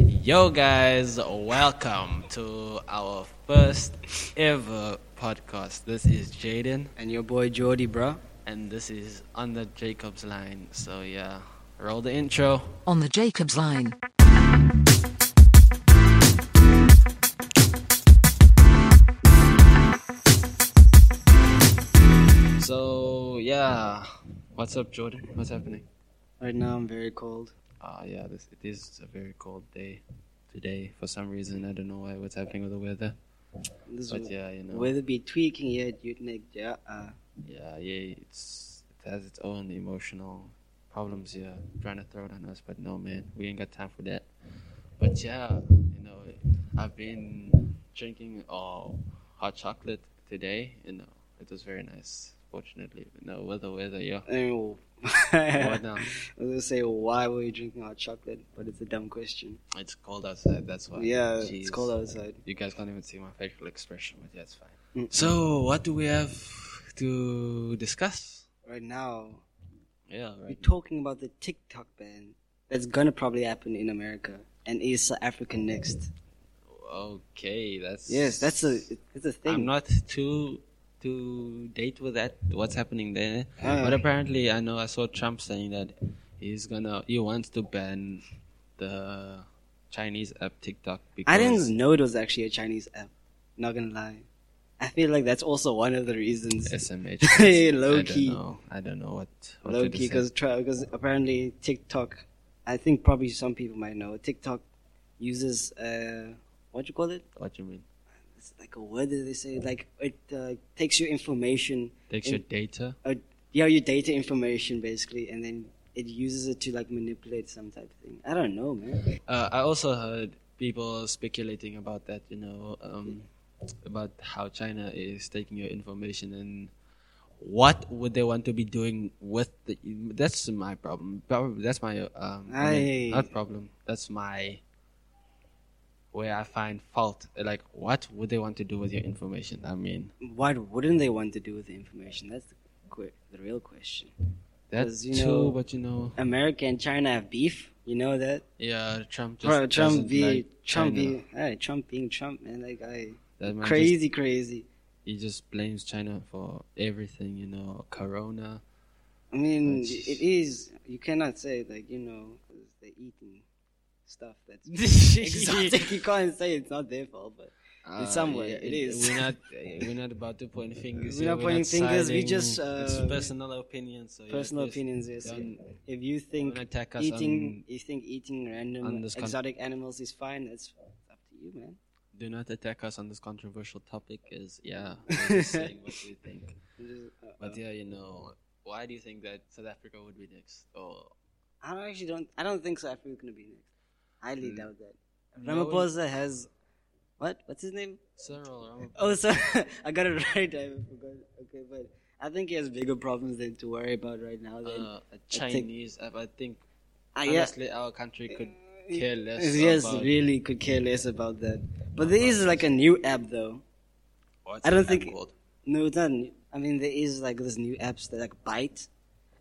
Yo, guys, welcome to our first ever podcast. This is Jaden, And your boy Jordy, bro. and this is on the Jacobs line. So, yeah, roll the intro. on the Jacobs line. So, yeah, what's up, Jordan? What's happening? Right now I'm very cold. Ah, yeah, this it is a very cold day today for some reason. I don't know why. What's happening with the weather? This But w- yeah, you know. weather be tweaking yet, you'd nick. Yeah, uh, Yeah, yeah, it's it has its own emotional problems yeah trying to throw it on us, but no man, we ain't got time for that. But yeah, you know, I've been drinking uh, hot chocolate today, you know, it was very nice. Fortunately, but no weather, weather, yeah. um, anyway. What now? I was gonna say why were you drinking hot chocolate, but it's a dumb question. It's cold outside, that's why. yeah, it's Jeez. cold outside. You guys can't even see my facial expression, but yeah, it's fine. Mm. So, what do we have to discuss? Right now, Yeah, we're right. talking about the TikTok ban that's gonna probably happen in America and is South Africa next. Okay, that's Yes, that's a it's a thing. I'm not too too date with that. What's happening there? Ah. But apparently, I know I saw Trump saying that he's gonna he wants to ban the Chinese app TikTok because I didn't know it was actually a Chinese app. Not gonna lie, I feel like that's also one of the reasons. SMH. Hey, low I key. Don't know. I don't know what, what low to key decide. because because apparently TikTok, I think probably some people might know TikTok uses uh what do you call it? What do you mean? It's like a word that they say like it uh, takes your information, Takes In- your data. uh, yeah, your data information basically, and then it uses it to like manipulate some type of thing. I don't know, man. Uh, I also heard people speculating about that, you know, um, about how China is taking your information and what would they want to be doing with the. That's my problem. Prob- That's my. Um, I mean, Aye. not problem. That's my. Where I find fault. Like, what would they want to do with your information? I mean, What wouldn't they want to do with the information? That's the, que- the real question. that's 'Cause, you too, know- but you know. America and China have beef. You know that. Yeah, Trump just. Bro, Trump doesn't be like Trump China. be hey, Trump being Trump, man. Like I That man just crazy, crazy. he just blames China for everything, you know, Corona. I mean, That's- it is. You cannot say like you know 'cause they're eating stuff that's exotic. You can't say it's not their fault, but Uh, some way, yeah, it is. We're not, eh, we're not about to point fingers. We're here, not pointing fingers, we siding. just, it's uh, personal opinions. So yeah, personal please opinions. Yes, don't- if you think don't attack us eating, on- you think eating on random this con- exotic animals is fine. That's it's up to you, man. Do not attack us on this controversial topic. Is yeah, we're just saying what we think. You just- uh, uh, But yeah, you know, why do you think that South Africa would be next? Oh, Or I don't- actually don't. I don't think South Africa is gonna be next. Highly Mm. doubt that. No, Ramaphosa has what? What's his name? Cyril Ramaphosa? Oh, sorry, I got it right. I forgot. Okay, but I think he has bigger problems than to worry about right now. Than Uh, a Chinese. I, I think Ah, yeah. honestly, our country could care less yes, about really could care less about that. But there is like a new app though. what's I don't that think- called. No, it's not. New. I mean, there is like this new apps that like Byte,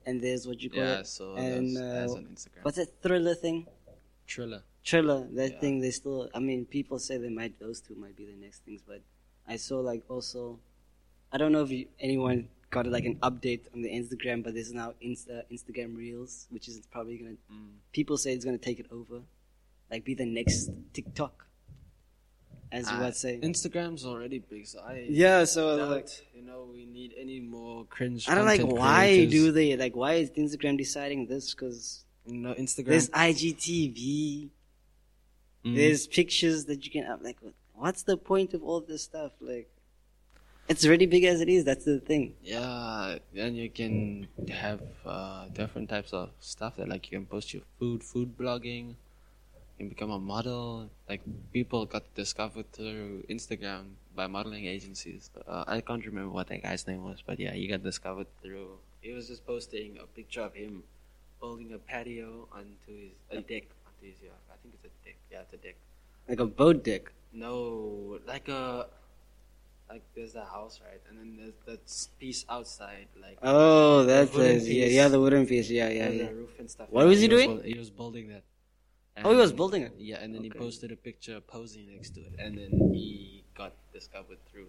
and there's what you call Yeah, it, so that's- and that's uh, on Instagram. what's that thriller thing? Triller. Triller, that Yeah. thing. They still. I mean, people say they might. Those two might be the next things. But I saw like also, I don't know if you, anyone got like an update on the Instagram, but there's now Insta Instagram Reels, which is probably gonna. Mm. People say it's gonna take it over, like be the next TikTok, as you Uh, would say. Instagram's already big, so I yeah. So doubt, like. you know we need any more cringe. I don't like content why creators. do they like why is Instagram deciding this? Because no Instagram. there's IGTV, Mm. there's pictures that you can up. Like, what's the point of all this stuff? Like, it's already big as it is. That's the thing. yeah, and you can have uh, different types of stuff that like you can post your food, food blogging. You can become a model. Like people got discovered through Instagram by modeling agencies. Uh, I can't remember what that guy's name was, but yeah, he got discovered through. He was just posting a picture of him building a patio onto his a deck onto his yeah, I think it's a deck. Yeah, it's a deck. Like a boat deck. No, like a like there's the house right, and then there's that s- piece outside, like Oh, that's wooden a, yeah, piece. yeah, the wooden piece. Yeah, yeah, there's yeah. a roof and stuff. What was he doing? buil- he was building that. Oh, he was building it? Yeah, and then he Okay. posted a picture posing next to it, and then he got discovered through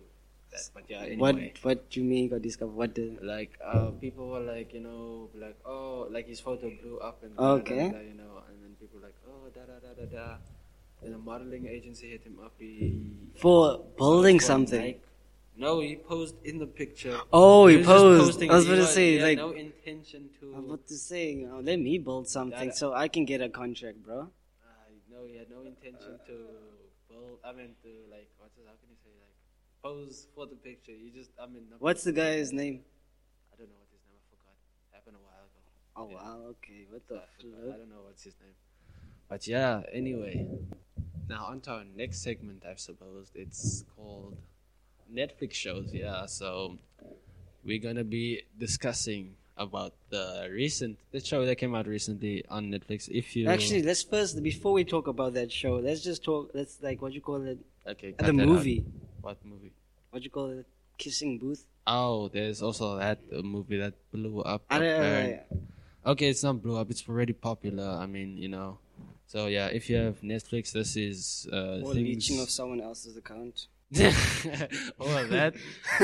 that. But yeah, anyway. What What do you mean got discovered? What the? like uh, people were like you know like oh like his photo blew up and Okay. da, da, da, you know and then people were like oh da da da da da then a modeling agency hit him up he For building for something. Nike. no he posed in the picture Oh, he was just posed. posting- I was he about to was- say, he had like- no intention to I'm about to say, you know, let me build something That- so I can get a contract, bro. uh, no he had no intention to build I mean to like what's it, how can you say like pose for the picture he just I mean not- What's the guy's name? I don't know what his name I forgot happened a while ago Oh Yeah. wow, okay, what the I flip? don't know what's his name. But yeah, anyway. Now on to our next segment, I suppose. It's called Netflix shows, yeah. So we're gonna be discussing about the recent the show that came out recently on Netflix. If you Actually, let's first before we talk about that show, let's just talk. Let's like what you call it, okay, cut the that out. movie. What movie? What you call it, kissing booth. Oh, there's also that uh, movie that blew up. I don't apparent- know. Okay, it's not blew up. It's already popular. I mean, you know. So yeah, if you have Netflix, this is uh, Or things- leeching of someone else's account. all of that.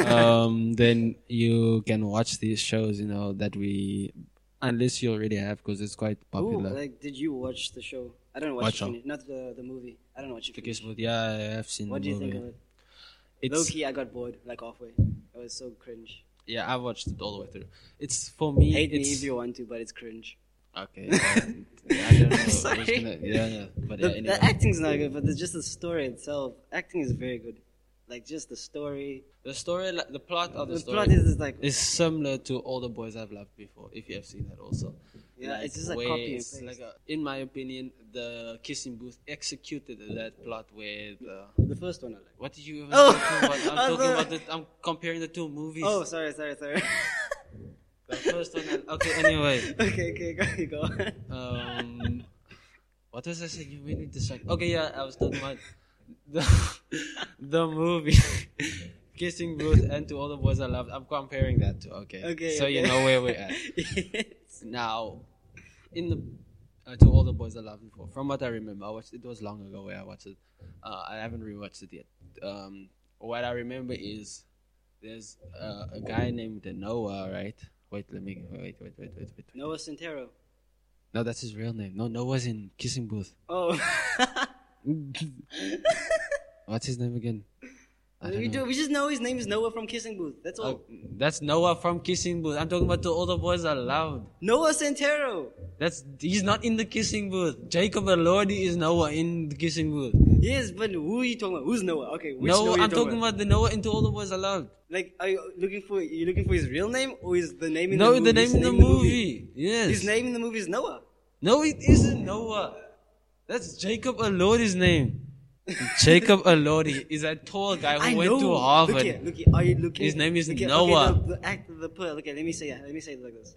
um, then you can watch these shows, you know, that we, unless you already have, because it's quite Ooh, popular. like did you watch the show? I don't know what What you show? finished. Not the the movie. I don't know what you Because, finished. but yeah, I've seen What do the you movie. think of it? Low It's key, I got bored like halfway. It was so cringe. yeah, I watched it all the way through. It's for me. Hate it's, me if you want to, but it's cringe. Okay. yeah, I don't know. I was Sorry. gonna- yeah, yeah. But The, yeah, anyway. the acting's not good, but it's just the story itself. Acting is very good. Like just the story. the story, like, the plot of the, the story plot is, is like is similar to all the boys I've loved before. If you have seen that also. yeah, it's just like where copy and it's paste. like a- in my opinion, the kissing booth executed that plot with. Uh, the first one I like. what did you even Oh, talking about? I'm I talking thought- about the, I'm comparing the two movies. Oh, sorry, sorry, sorry. the first one. and- Okay, anyway. okay, okay, go, you go. Um, what was I saying? You made me distract. Okay, yeah, I was talking about the the movie. Kissing Booth and To All the Boys I Loved. I'm comparing that to, okay? Okay, So you okay. know where we're at. yes. Now, in the uh, to all the boys I loved before, from what I remember, I watched it was long ago where I watched it. Uh, I haven't rewatched it yet. Um, what I remember is there's uh, a guy named Noah, right? Wait, let me wait, wait, wait, wait, wait. Noah Centero. No, that's his real name. No, Noah's in Kissing Booth. Oh, What's his name again? I don't we, know. do, we just know his name is Noah from Kissing Booth. That's all. Oh, that's Noah from Kissing Booth. I'm talking about to all the boys I loved. Noah Centero. That's he's not in the Kissing Booth. Jacob Elordi is Noah in the Kissing Booth. Yes, but who are you talking about? Who's Noah? Okay, which No, Noah you I'm talking about the Noah into all the boys allowed. Like, are you looking for? You looking for his real name or is the name in No, the movie? the name His in the movie. Yes. His name in the movie is Noah. No, it isn't Noah. That's Jacob Elordi's name. Jacob Elordi is that tall guy who I went know. to Harvard. Look here, look here. Are you looking? His name is look here, Noah. Okay, the, the actor, the per- Okay, let me say. Let me say it like this.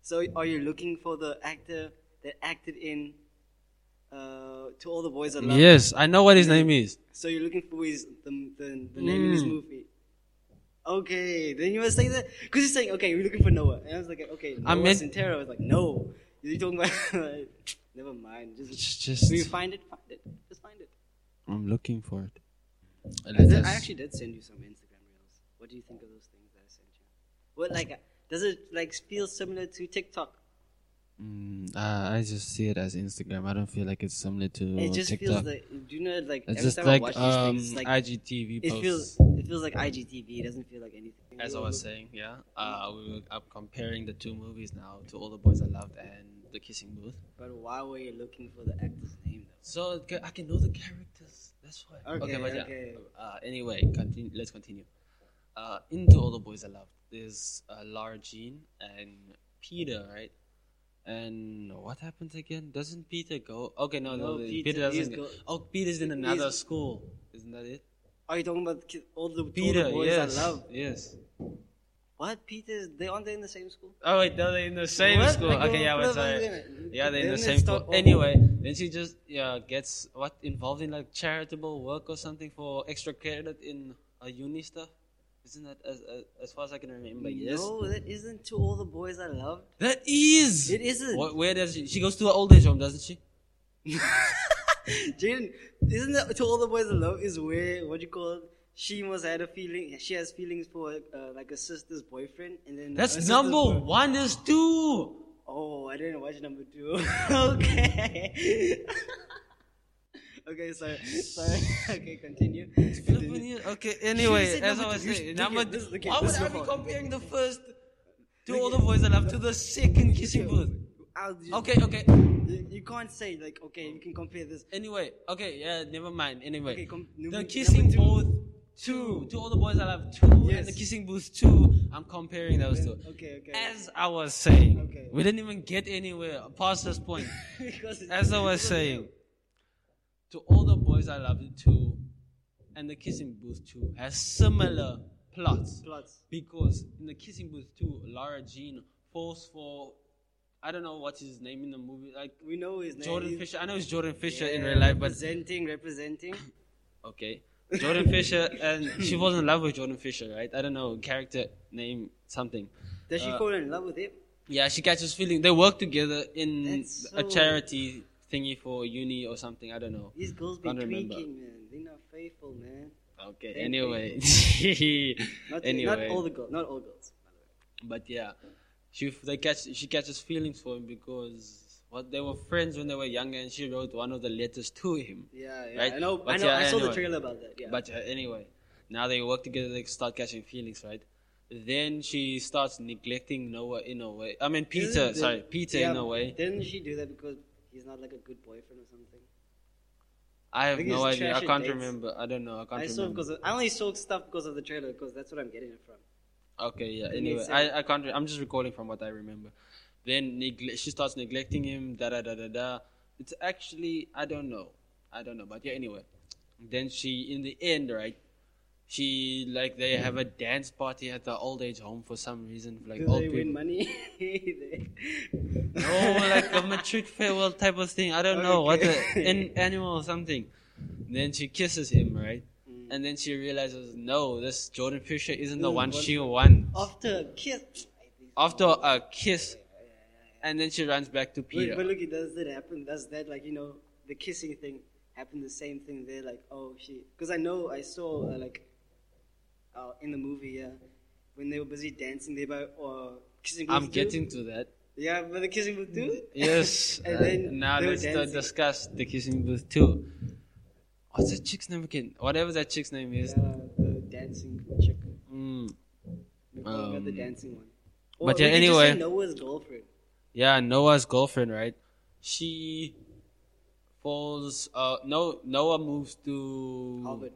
So, are you looking for the actor that acted in uh, "To All the Boys That Love"? Yes, I know what his name is. So you're looking for his the the, the name in his Mm. movie. Okay, then you were saying that because you're saying okay, we're looking for Noah, and I was like, okay, Noah I meant- Centero. I was like, no, you're talking about. Never mind. Just It's just do you find it? Find it. Just find it. I'm looking for it. Let I, us- actually did send you some Instagram reels. What do you think of those things that I sent you? What like does it like feel similar to TikTok? Mm, uh, I just see it as Instagram. I don't feel like it's similar to It just feels Oh, TikTok. like do you know like it's every just time I like, watch um, these things, it's like IGTV it posts. feels it feels like IGTV. It doesn't feel like anything. As I was saying, yeah, uh, we were, I'm comparing the two movies now to All the Boys I Loved and The Kissing Booth. But why were you looking for the actor's name though? So it ca- I can know the characters. That's why. Okay, but yeah. okay. Uh, anyway, continue, let's continue. Uh, into All the Boys I Loved, there's uh, Lara Jean and Peter, right? And what happens again? Doesn't Peter go? Okay, no, no, No, the- Peter- Peter, he's doesn't. go- oh, Peter's in another he's- school, isn't that it? Are you talking about ki- all the, all Peter, the boys yes, I love? yes. What Peter? They aren't they in the same school? Oh wait, no, they're in the same What? school. Like, okay, yeah, what but am sorry. I gonna- Yeah, they're in Then the they same start school. all- Anyway, then she just yeah gets what involved in like charitable work or something for extra credit in a uni stuff. Isn't that as as, as far as I can remember? Yes. No, that isn't to all the boys I loved. That is. It isn't. Wh- where does she, she goes to an old age home, doesn't she? Jaden, isn't that to all the boys love is where what do you call it? She must had a feeling. She has feelings for uh, like a sister's boyfriend, and then her That's sister's number boy- one. There's two. Oh, I didn't watch number two. okay. okay, sorry, sorry. okay, continue. continue. Okay. Anyway, said as number I was two. You saying, should look number at this, two. look at Why would this I be report. comparing the first to all the boys I love to the second kissing booth? I'll- you- Okay. Okay. You, you can't say like okay, you can compare this. Anyway. Okay. Yeah. Never mind. Anyway. Okay, com- the number- kissing number two. booth. Two. To all the boys I love. Two. Yes. And the kissing booth. Two. I'm comparing those two. Okay, okay. As I was saying, Okay. we didn't even get anywhere past this point. because it's- As I was because it's- saying, to all the boys I love too, and the kissing booth too has similar plots. Plots. Because in the kissing booth too, Lara Jean falls for I don't know what his name in the movie, like we know his name. Jordan He's- Fisher. I know it's Jordan Fisher in Yeah, real life, but representing, representing. okay. Jordan Fisher and she was in love with Jordan Fisher, right? I don't know, character name something. Does she Uh, fall in love with him? Yeah, she catches feeling. They work together in That's a so- charity thingy for uni or something. I don't know. These girls be Can't remember. tweaking, man. They're not faithful, man. Okay. Thank Anyway. Not, anyway. not all the girls. Not all girls. by the way. but yeah, she they catch she catches feelings for him because what they were friends when they were younger, and she wrote one of the letters to him. Yeah, yeah. Right? I know. I But know. yeah, I saw anyway. the trailer about that. Yeah. But uh, anyway, now they work together. They start catching feelings, right? Then she starts neglecting Noah in a way. I mean Isn't Peter. it- sorry, Peter yeah, in a way. Didn't she do that because he's not like a good boyfriend or something? I have think no it's idea. I trash can't dates. remember. I don't know. I can't I saw remember. because of, I only saw stuff because of the trailer because that's what I'm getting it from. Okay, yeah. need Anyway, to- I, I can't. Re- I'm just recalling from what I remember. Then negle- she starts neglecting him. Da da da da da. It's actually I don't know. I don't know. But yeah. Anyway, then she in the end right. She like they have a dance party at the old age home for some reason. Like Do old they win people. money? No, like a matric farewell type of thing. I don't know what the Okay. an animal or something. Then she kisses him right, Mm. and then she realizes no, this Jordan Fisher isn't the Isn't one what- she wants After a kiss. after a kiss, and then she runs back to But, Peter. but look, it does that happen? Does that like you know the kissing thing happen? The same thing there, like oh she, because I know I saw uh, like uh, in the movie, yeah, when they were busy dancing, they by uh, kissing. booth I'm too. getting to that. yeah, but the kissing booth too. Yes. And uh, then now they were let's uh, dancing. discuss the kissing booth too. What's that chick's name again? Whatever that chick's name Yeah, is. the dancing chick. Mm. We call her the Um, dancing one. but yeah, Or we could just say anyway. Noah's girlfriend. Yeah, Noah's girlfriend, right? She falls. Uh, no, Noah moves to Harvard.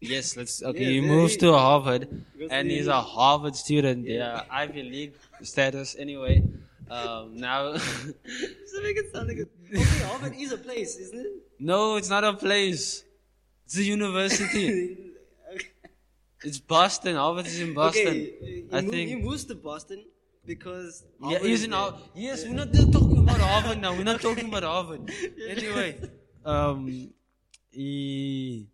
Yes, let's. Okay, Yeah, he yeah, moves he- to Harvard, Goes and to he's uni. a Harvard student. Yeah, Yeah. Ivy League status. Anyway, um, now Does it make it sound like a... Okay, Harvard is a place, isn't it? no, it's not a place. It's a university. Okay. it's Boston. Harvard is in Boston. Okay, uh, I he, mo- think. he moves to Boston because yeah, Harvard he's is in there. Harvard. Yes, we're not just talking about Harvard now. We're not talking about Harvard. Anyway, um, he,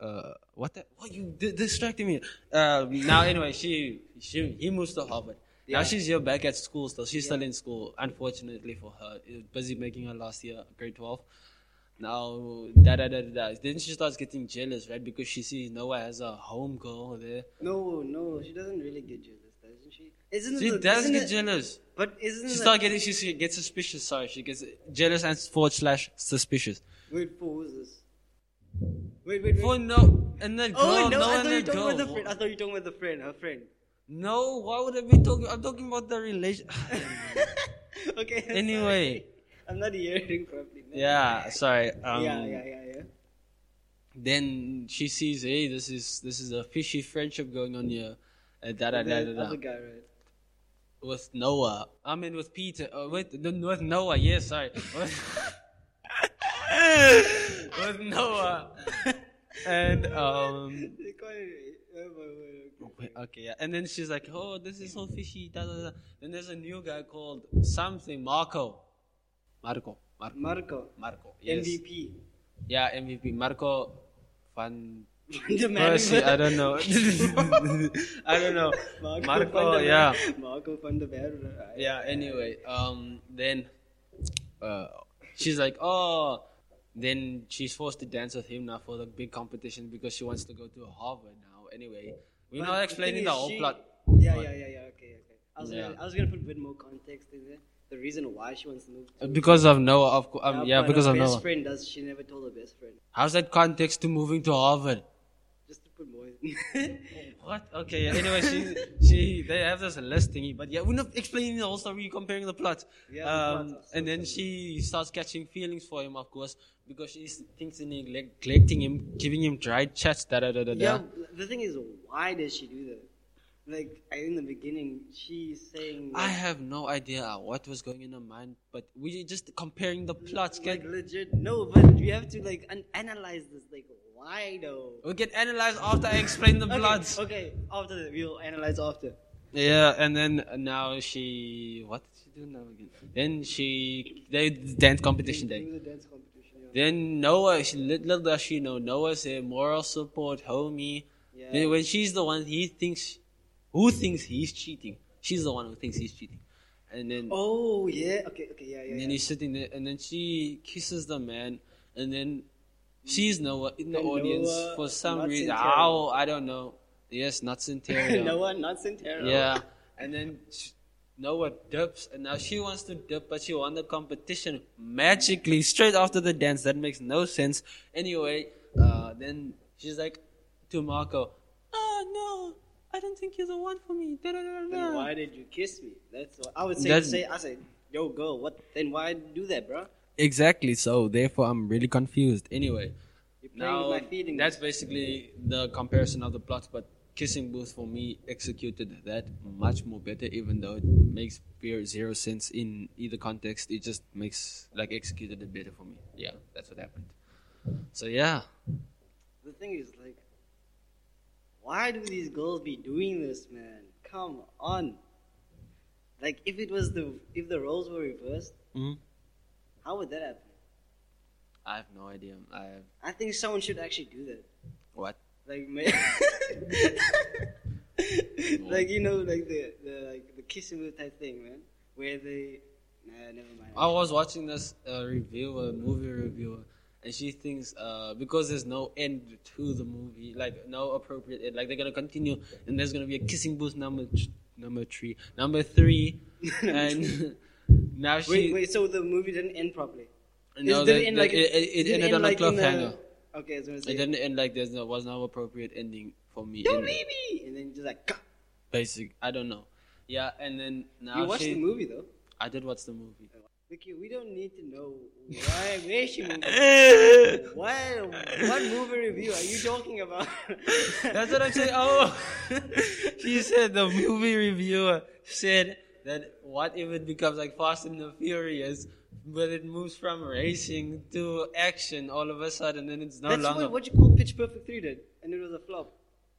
uh, what the? What you di- distracting me? Um, now anyway, she, she, he moves to Harvard. Now Yeah. she's here back at school still. She's still in school, unfortunately for her. Is Busy making her last year, grade 12. Now, da da da da da. Then she starts getting jealous, right? Because she sees Noah has a home girl there. No, no, she doesn't really get jealous, doesn't she? Isn't She it, does isn't get it- jealous. But isn't She it... start getting she, she gets suspicious. Sorry, she gets jealous and forward slash suspicious. Wait, for who's this? Wait, wait, wait. For no, and then girl, Mm. oh, no, no, I and thought you then were talking girl. about the friend. I thought you were talking about the friend, her friend. no, why would I be talking? I'm talking about the relation. okay. sorry. anyway, I'm not hearing properly. man. yeah, sorry. Um, yeah, yeah, yeah, yeah. Then she sees, hey, this is this is a fishy friendship going on here. Uh, da, da, da, da, The da, other guy, right? With Noah, I mean with Peter. Uh, with no, with Noah, yes, sorry. With, with Noah, and um. They call it- oh my word, okay. Wait, Okay, yeah. And then she's like, oh, this is so fishy. Da, da, da. Then there's a new guy called something, Marco. Marco. Marco. Marco, Marco. Yes. MVP. Yeah, MVP. Marco Van the man Persie. who- I don't know. I don't know. Marco, van Marco der Wer- yeah. Marco van der Werre. Yeah, anyway. Um, then uh, she's like, oh. Then she's forced to dance with him now for the big competition because she wants to go to Harvard now. Anyway, we're But not the explaining thing the is whole she- plot. Yeah, but- yeah, yeah, yeah. Okay, okay. I was Yeah. gonna, I was gonna put a bit more context in there. The reason why she wants to move. To Because of Noah, of course. Um, Harvard, yeah, but because her of best Noah. friend does. She never told her best friend. How's that context to moving to Harvard? Just to put more. in. What? Okay. yeah, Anyway, she she they have this list thingy, but yeah, we're not explaining the whole story. We're comparing the plot. Yeah, the Um, plots are and so then similar. she starts catching feelings for him, of course, because she s- thinks in neglecting him, giving him dry chats. Da da da da. yeah. da. The thing is, why does she do that? Like I- in the beginning, she's saying. I Like, have no idea uh, what was going in her mind, but we're just comparing the plots. like Can legit. No, but you have to like un- analyze this. Like why though? we can analyze after I explain the Okay, plots. Okay, after that we'll analyze after. Yeah, and then uh, now she what did she do now again? Then she they dance competition day. Do the dance competition. Yeah. Then Noah, she, little does she know, Noah's a moral support homie. Yeah. Then when she's the one, he thinks, who thinks he's cheating? She's the one who thinks he's cheating. And then, Oh yeah. Okay. Okay. Yeah. Yeah. and then yeah. he's sitting there, and then she kisses the man, and then sees Noah in the And audience Noah, for some not reason. Centurion. How I don't know. Yes, not Centurion. no one, not Sintero. Yeah, and then sh- Noah dips, and now she wants to dip, but she won the competition magically straight after the dance. That makes no sense. Anyway, uh, then she's like to Marco, "Oh no, I don't think you're the one for me." Da, da, da, da, Then da." why did you kiss me? That's what I would say. That's- say I say, yo, girl, what? Then why do that, bro? Exactly. So therefore, I'm really confused. Anyway, You're playing now with my feelings. that's basically the comparison of the plots, but. Kissing Booth for me executed that much more better, even though it makes pure zero sense in either context. It just makes like executed it better for me. Yeah, that's what happened. So yeah, the thing is like, why do these girls be doing this, man? Come on. Like, if it was the if the roles were reversed, Mhm. how would that happen? I have no idea. I have I think someone should actually do that. what? Like, ma- like you know, like the, the like the kissing booth type thing, man. Where they, nah, never mind. I was watching this uh, reviewer, movie reviewer, and she thinks uh, because there's no end to the movie, like no appropriate end, like they're gonna continue, and there's gonna be a kissing booth number th- number three, number three, and now she Wait, wait. So the movie didn't end properly. no, It that- didn't end that- like- it, it- it didn't ended end on like a in the- cliffhanger. Okay, I was gonna It say, didn't end like there's no was no appropriate ending for me. "Yo, in baby," and then just like, "Gah." basic, I don't know. Yeah, and then now you watched she, the movie though. I did watch the movie. Vicky, we don't need to know why, where she moved. what, what movie review are you talking about? That's what I'm saying. Oh, she said the movie reviewer said that what if it becomes like Fast and the Furious, but it moves from racing to action all of a sudden, and it's no That's longer. what, what you call Pitch Perfect 3 did, and it was a flop.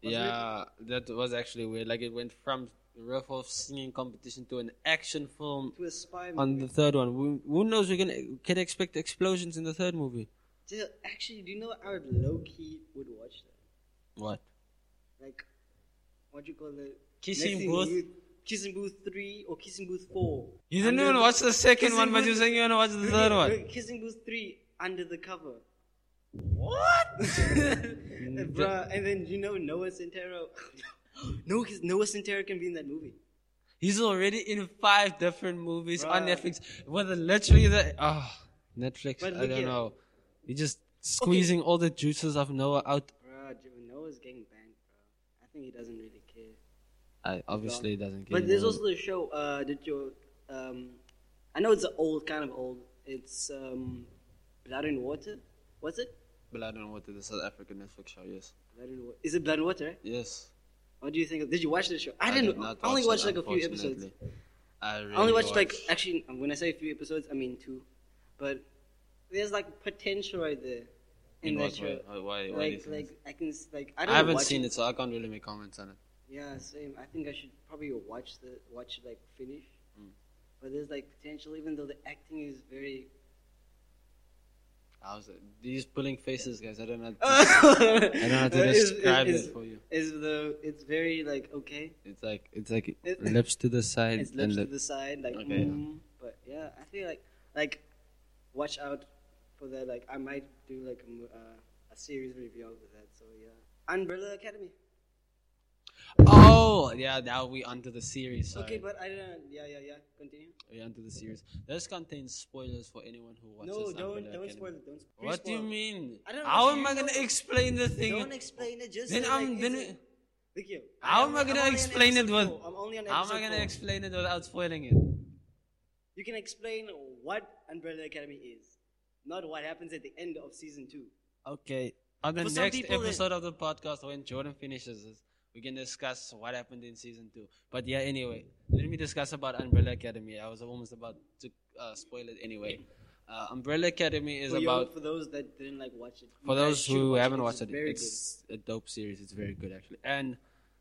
wasn't it? yeah, that was actually weird. Like it went from riff singing competition to an action film. To a spy movie. On the third one, who, who knows? We can can expect explosions in the third movie. Dude, Actually, do you know I would low key would watch that? What? Like, what do you call it? Kissing Next thing Booth? you- Kissing Booth 3 or Kissing Booth 4. You didn't Under even watch the second Kissing one, but Booth- you're saying you want to watch the third Look, one. look, Kissing Booth 3 under the cover. What? Bruh, and then you know Noah Centero. no, 'cause Noah Centero can be in that movie. He's already in five different movies on Bruh. Netflix. Whether literally the ah Netflix, But I look don't here. know. You're just squeezing all the juices of Noah out. Bruh, J- Noah's getting banned, bruh. I think he doesn't really care. I obviously it doesn't. But there's also the show, uh, did you, um, I know it's old, kind of old. It's, um, Blood and Water, was it? Blood and Water, the South African Netflix show. Yes, Blood and Water. Is it Blood and Water? right? yes. What do you think? Of, did you watch the show? I, didn't. did not I only watch watched it, like a few episodes. unfortunately. I, really I only watched like actually um, when I say a few episodes, I mean two, but there's like potential right there in, In that what show. way? Why- why- why do you like, think like I can s- like I I, don't. haven't watch seen it, so I can't really make comments on it. Yeah, same. I think I should probably watch the watch like finish, Mm. but there's like potential even though the acting is very. How's it? These pulling faces, guys. I don't know. I I don't know how to describe it for you. Is the it's very like okay, It's like it's like It- lips to the side it's and lips to lip. the side like. Okay, yeah. mm, But yeah, I feel like like watch out for that. Like I might do like a, mo- uh, a series review over that. So yeah, Umbrella Academy. Oh, yeah, now we onto the series. Sorry. Okay, but I don't. Yeah, yeah, yeah. Continue. we onto the series. This contains spoilers for anyone who watches. no, Umbrella don't don't Academy. spoil it. Don't spoil. What do you mean? I don't How know. am I gonna explain the thing? Don't explain it. Just Then say, I'm- like, then it's we- a- Vicky, How am I I'm gonna only on explain it episode with- four. I'm only on How am episode I gonna four. explain it without spoiling it? You can explain what Umbrella Academy is, not what happens at the end of season two. Okay. On the For some next people, it- episode of the podcast, when Jordan finishes this, we can discuss what happened in season two. But yeah, anyway, let me discuss about Umbrella Academy. I was almost about to uh, spoil it anyway. Uh, Umbrella Academy is for, your- about for those that didn't like watch it. for you guys those should who watch haven't It's watched it, very it's a dope series. It's very good actually, and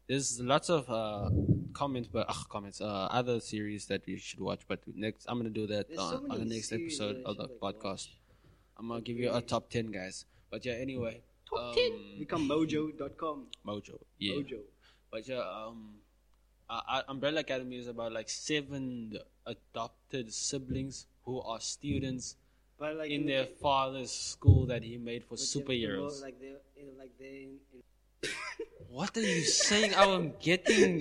there's lots of uh, comments, but ugh, comments, uh, other series that you should watch. But next, I'm gonna do that There's so on, on the many next series episode that I of the should, like, podcast. watch. I'm gonna give you a top ten, guys. But yeah, anyway, top good. Become mojo.com. Mojo, yeah. Mojo. But yeah, um, uh, uh, Umbrella Academy is about like seven adopted siblings who are students But like in the- their father's school that he made for but they're- superheroes. Like they, like they. in- What are you saying? I am getting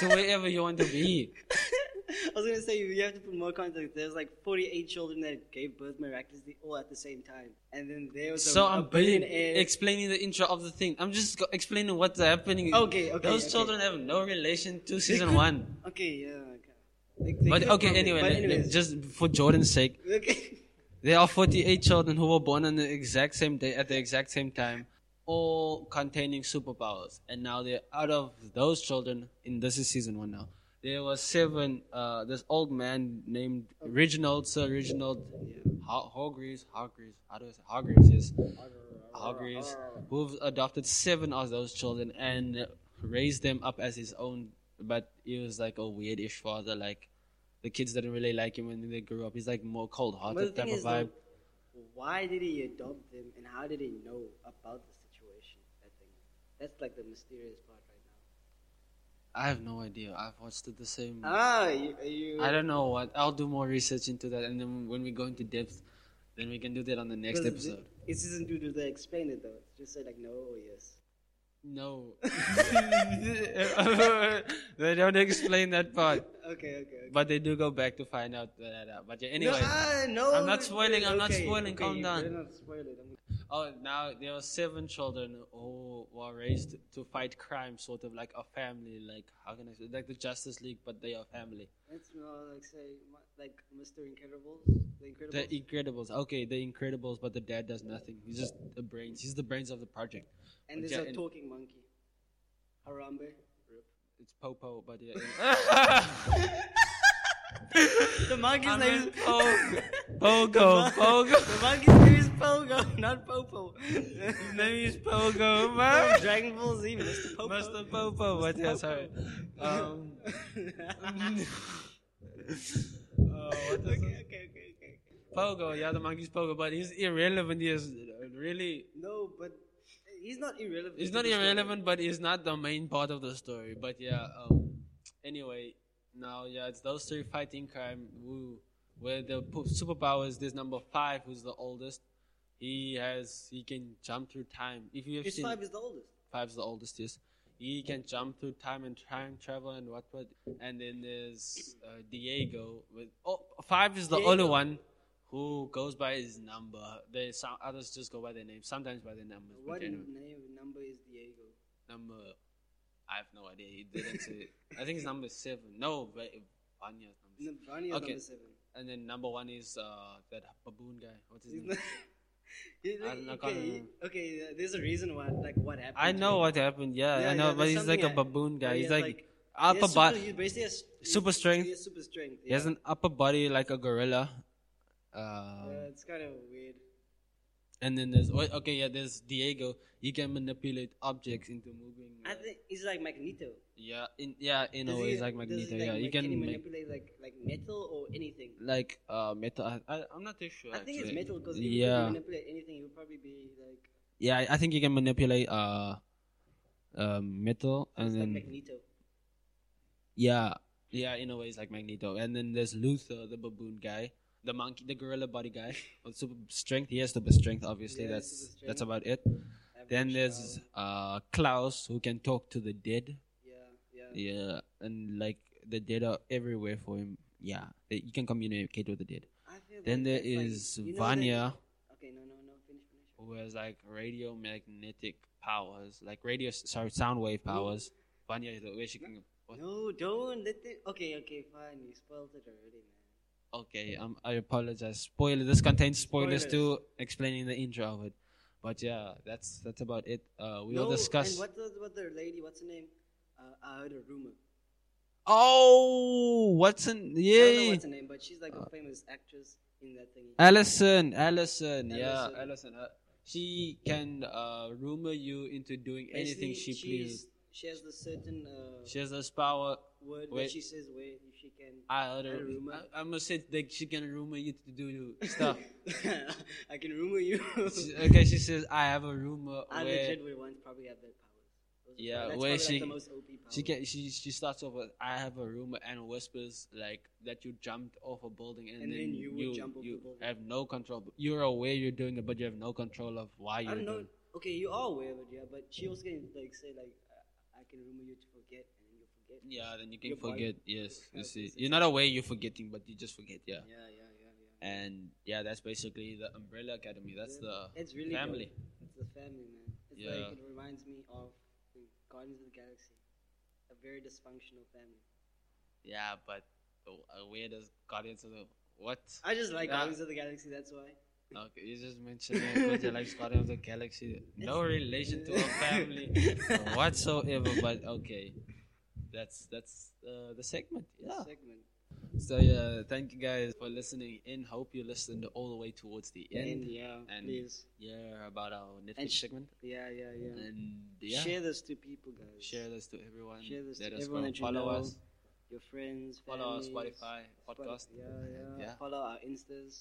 to wherever you want to be. I was gonna say you have to put more context. There's like 48 children that gave birth miraculously all at the same time, and then there was So a, I'm a being billionaire- explaining the intro of the thing. I'm just go- explaining what's happening. Okay, okay, Those okay. children have no relation to They season could- one. Okay, yeah. Okay. They- they But could okay, probably- anyway, but let- let- anyways. just for Jordan's sake, okay. There are 48 children who were born on the exact same day at the exact same time, all containing superpowers. And now they're out of those children. In this is season one now. There was seven. Uh, this old man named Reginald, Sir Reginald Ho- Hargreaves. Hargreaves. How do I say Hargreaves? Yes, Hargreaves, who've adopted seven of those children and raised them up as his own. But he was like a weird-ish father. Like the kids didn't really like him when they grew up. He's like more But the cold-hearted type thing of is, though, vibe. why did he adopt them, and how did he know about the situation? I think that's like the mysterious part right now. I have no idea. I've watched it the same. Ah, you, you Hmm. I don't know what. I'll do more research into that, and then when we go into depth, then we can do that on the next because episode. th- It doesn't do to they explain it though. It's just say like no or yes. No, they don't explain that part, Okay, okay. okay. but they do go back to find out. da, da, da. But yeah, anyway. no, ah, no, I'm not spoiling, I'm not okay, spoiling, Okay, calm you down. better Not spoil it. I'm- Oh, now there were seven children who were raised to fight crime, sort of like a family, like how can I say, like the Justice League, but they are family. That's more uh, like say mu- like Mr. Incredibles, the Incredibles. The Incredibles. Okay, the Incredibles, but the dad does nothing. He's just the brains. He's the brains of the project. and there's yeah, a and- talking monkey, Harambe. It's Popo, but yeah. The monkey's I name meant is Pogo. Pogo. Oh. Pogo. The monkey's name is Pogo, not Popo. His name is Pogo, From man. Dragon Ball Z, Mr. Popo. Master Popo, but yeah, Popo. sorry. Um, Oh, okay, okay, okay, okay. Pogo, yeah, the monkey's Pogo, but he's irrelevant. He is really. No, but he's not irrelevant. He's to not the story. irrelevant, but he's not the main part of the story. But yeah, um, anyway, now yeah, it's those three fighting crime. Woo, where the po- superpower is this number five, who's the oldest. He has he can jump through time. If you have His seen five is the oldest. five's the oldest, yes. He can jump through time and time travel and what what. And then there's uh, Diego. With oh, five is the Diego. older one. Who goes by his number? They some others just go by their name. Sometimes by their numbers. but What anyway. name number is Diego? Number, I have no idea. He didn't say. it. I think it's number seven. No, but Vanya's number. No, Seven. Barney is Okay. number seven. And then number one is uh, that baboon guy. What's his He's name? not- He's I don't know, like- can't okay, remember. okay. uh, There's a reason why, like, what happened. I to know him. what happened. Yeah, Yeah, I know. yeah, but there's he's like a something I- baboon guy. where he he's has, like, like- He upper has body. super- he basically has he's- super strength. He has super strength. He has yeah. an upper body like a gorilla. Uh, Yeah, it's kind of weird. And then there's oh, okay, yeah. There's Diego. He can manipulate objects into moving. I uh, think he's like Magneto. yeah, in yeah, in a Does way, he- he's like does Magneto. like, yeah, he ma- can he make manipulate like like metal or anything. like uh metal. I, I, I'm not too sure. I think it's actually. metal because if you yeah. manipulate anything, you would probably be like Yeah, I- I think you can manipulate uh, uh metal and it's like then Magneto. yeah, yeah, in a way it's like Magneto. And then there's Luther, the baboon guy. the monkey, the gorilla body guy, with super strength. He has super strength, obviously. Yeah, that's super strength. that's about it. Then Average um, there's child. uh, Klaus who can talk to the dead. yeah, yeah, Yeah, and like the dead are everywhere for him. Yeah, they- you can communicate with the dead. I feel Then like there that's like- is you know that- Vanya. Oh, okay, no, no, no, finish, finish. who has like radio magnetic powers, like radio sorry sound wave powers. Vanya is the way she can. What? No, don't let it. Okay, okay, fine. You spoiled it already, man. Okay, um, I apologize. Spoiler. This contains spoilers, Spoilers. too, explaining the intro of it. But yeah, that's that's about it. Uh, we no, will discuss. And what the, what the lady? What's her name? Uh, I heard a rumor. Oh, Watson! I don't know Yay! what's her name, but she's Uh, like a famous actress in that thing. Allison, Allison, yeah, Allison. Allison. Uh, she can uh, rumor you into doing anything Basically, she she's- pleases. She has the certain uh, She has this power. word where wait. she says where if she can. I heard A her. rumor. I, I must say that she can rumor you to do stuff. I can rumor you. She- okay, she says I have a rumor I where legit would want probably have that power. Those are Yeah, probably- that's where probably she- like the most OP power. she can she she starts off with I have a rumor and whispers like that you jumped off a building and, And then, you would you, jump off the building. have no control. You're aware you're doing it, but you have no control of why I you're don't doing. know. it. Okay, you are aware of it, yeah, but she was gonna like say like I- I can rumor you to forget and then you forget. Yeah, then you can Your body- forget. Yes, you Yeah, see, it's- you're not aware you're forgetting, but you just forget. Yeah, Yeah, yeah, yeah, yeah. and yeah, that's basically the Umbrella Academy. That's the it's really family. dope. It's the family, man. It's Yeah. like it reminds me of the Guardians of the Galaxy, a very dysfunctional family. Yeah, but uh, where does Guardians of the what? I just like Yeah. Guardians of the Galaxy. That's why. Okay, you just mentioned it because you like Guardians of the Galaxy. No relation to a family whatsoever, but okay. That's that's uh, the segment. Yeah. Segment. So yeah, thank you guys for listening in. Hope you listened all the way towards the And, end. yeah, and- please. Yeah, about our Netflix And sh- segment. Yeah, yeah, yeah. And yeah, share, Share this to people, guys. this to everyone. Share this Let to us everyone go that you follow know. us. Your friends. Follow our families, Spotify Spot- podcast. Yeah, yeah. Yeah. Follow our instas.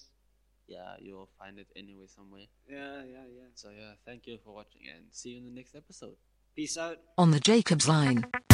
Yeah, you'll find it anyway somewhere. Yeah, yeah, yeah. So yeah, thank you for watching and see you in the next episode. Peace out. on the Jacob's line.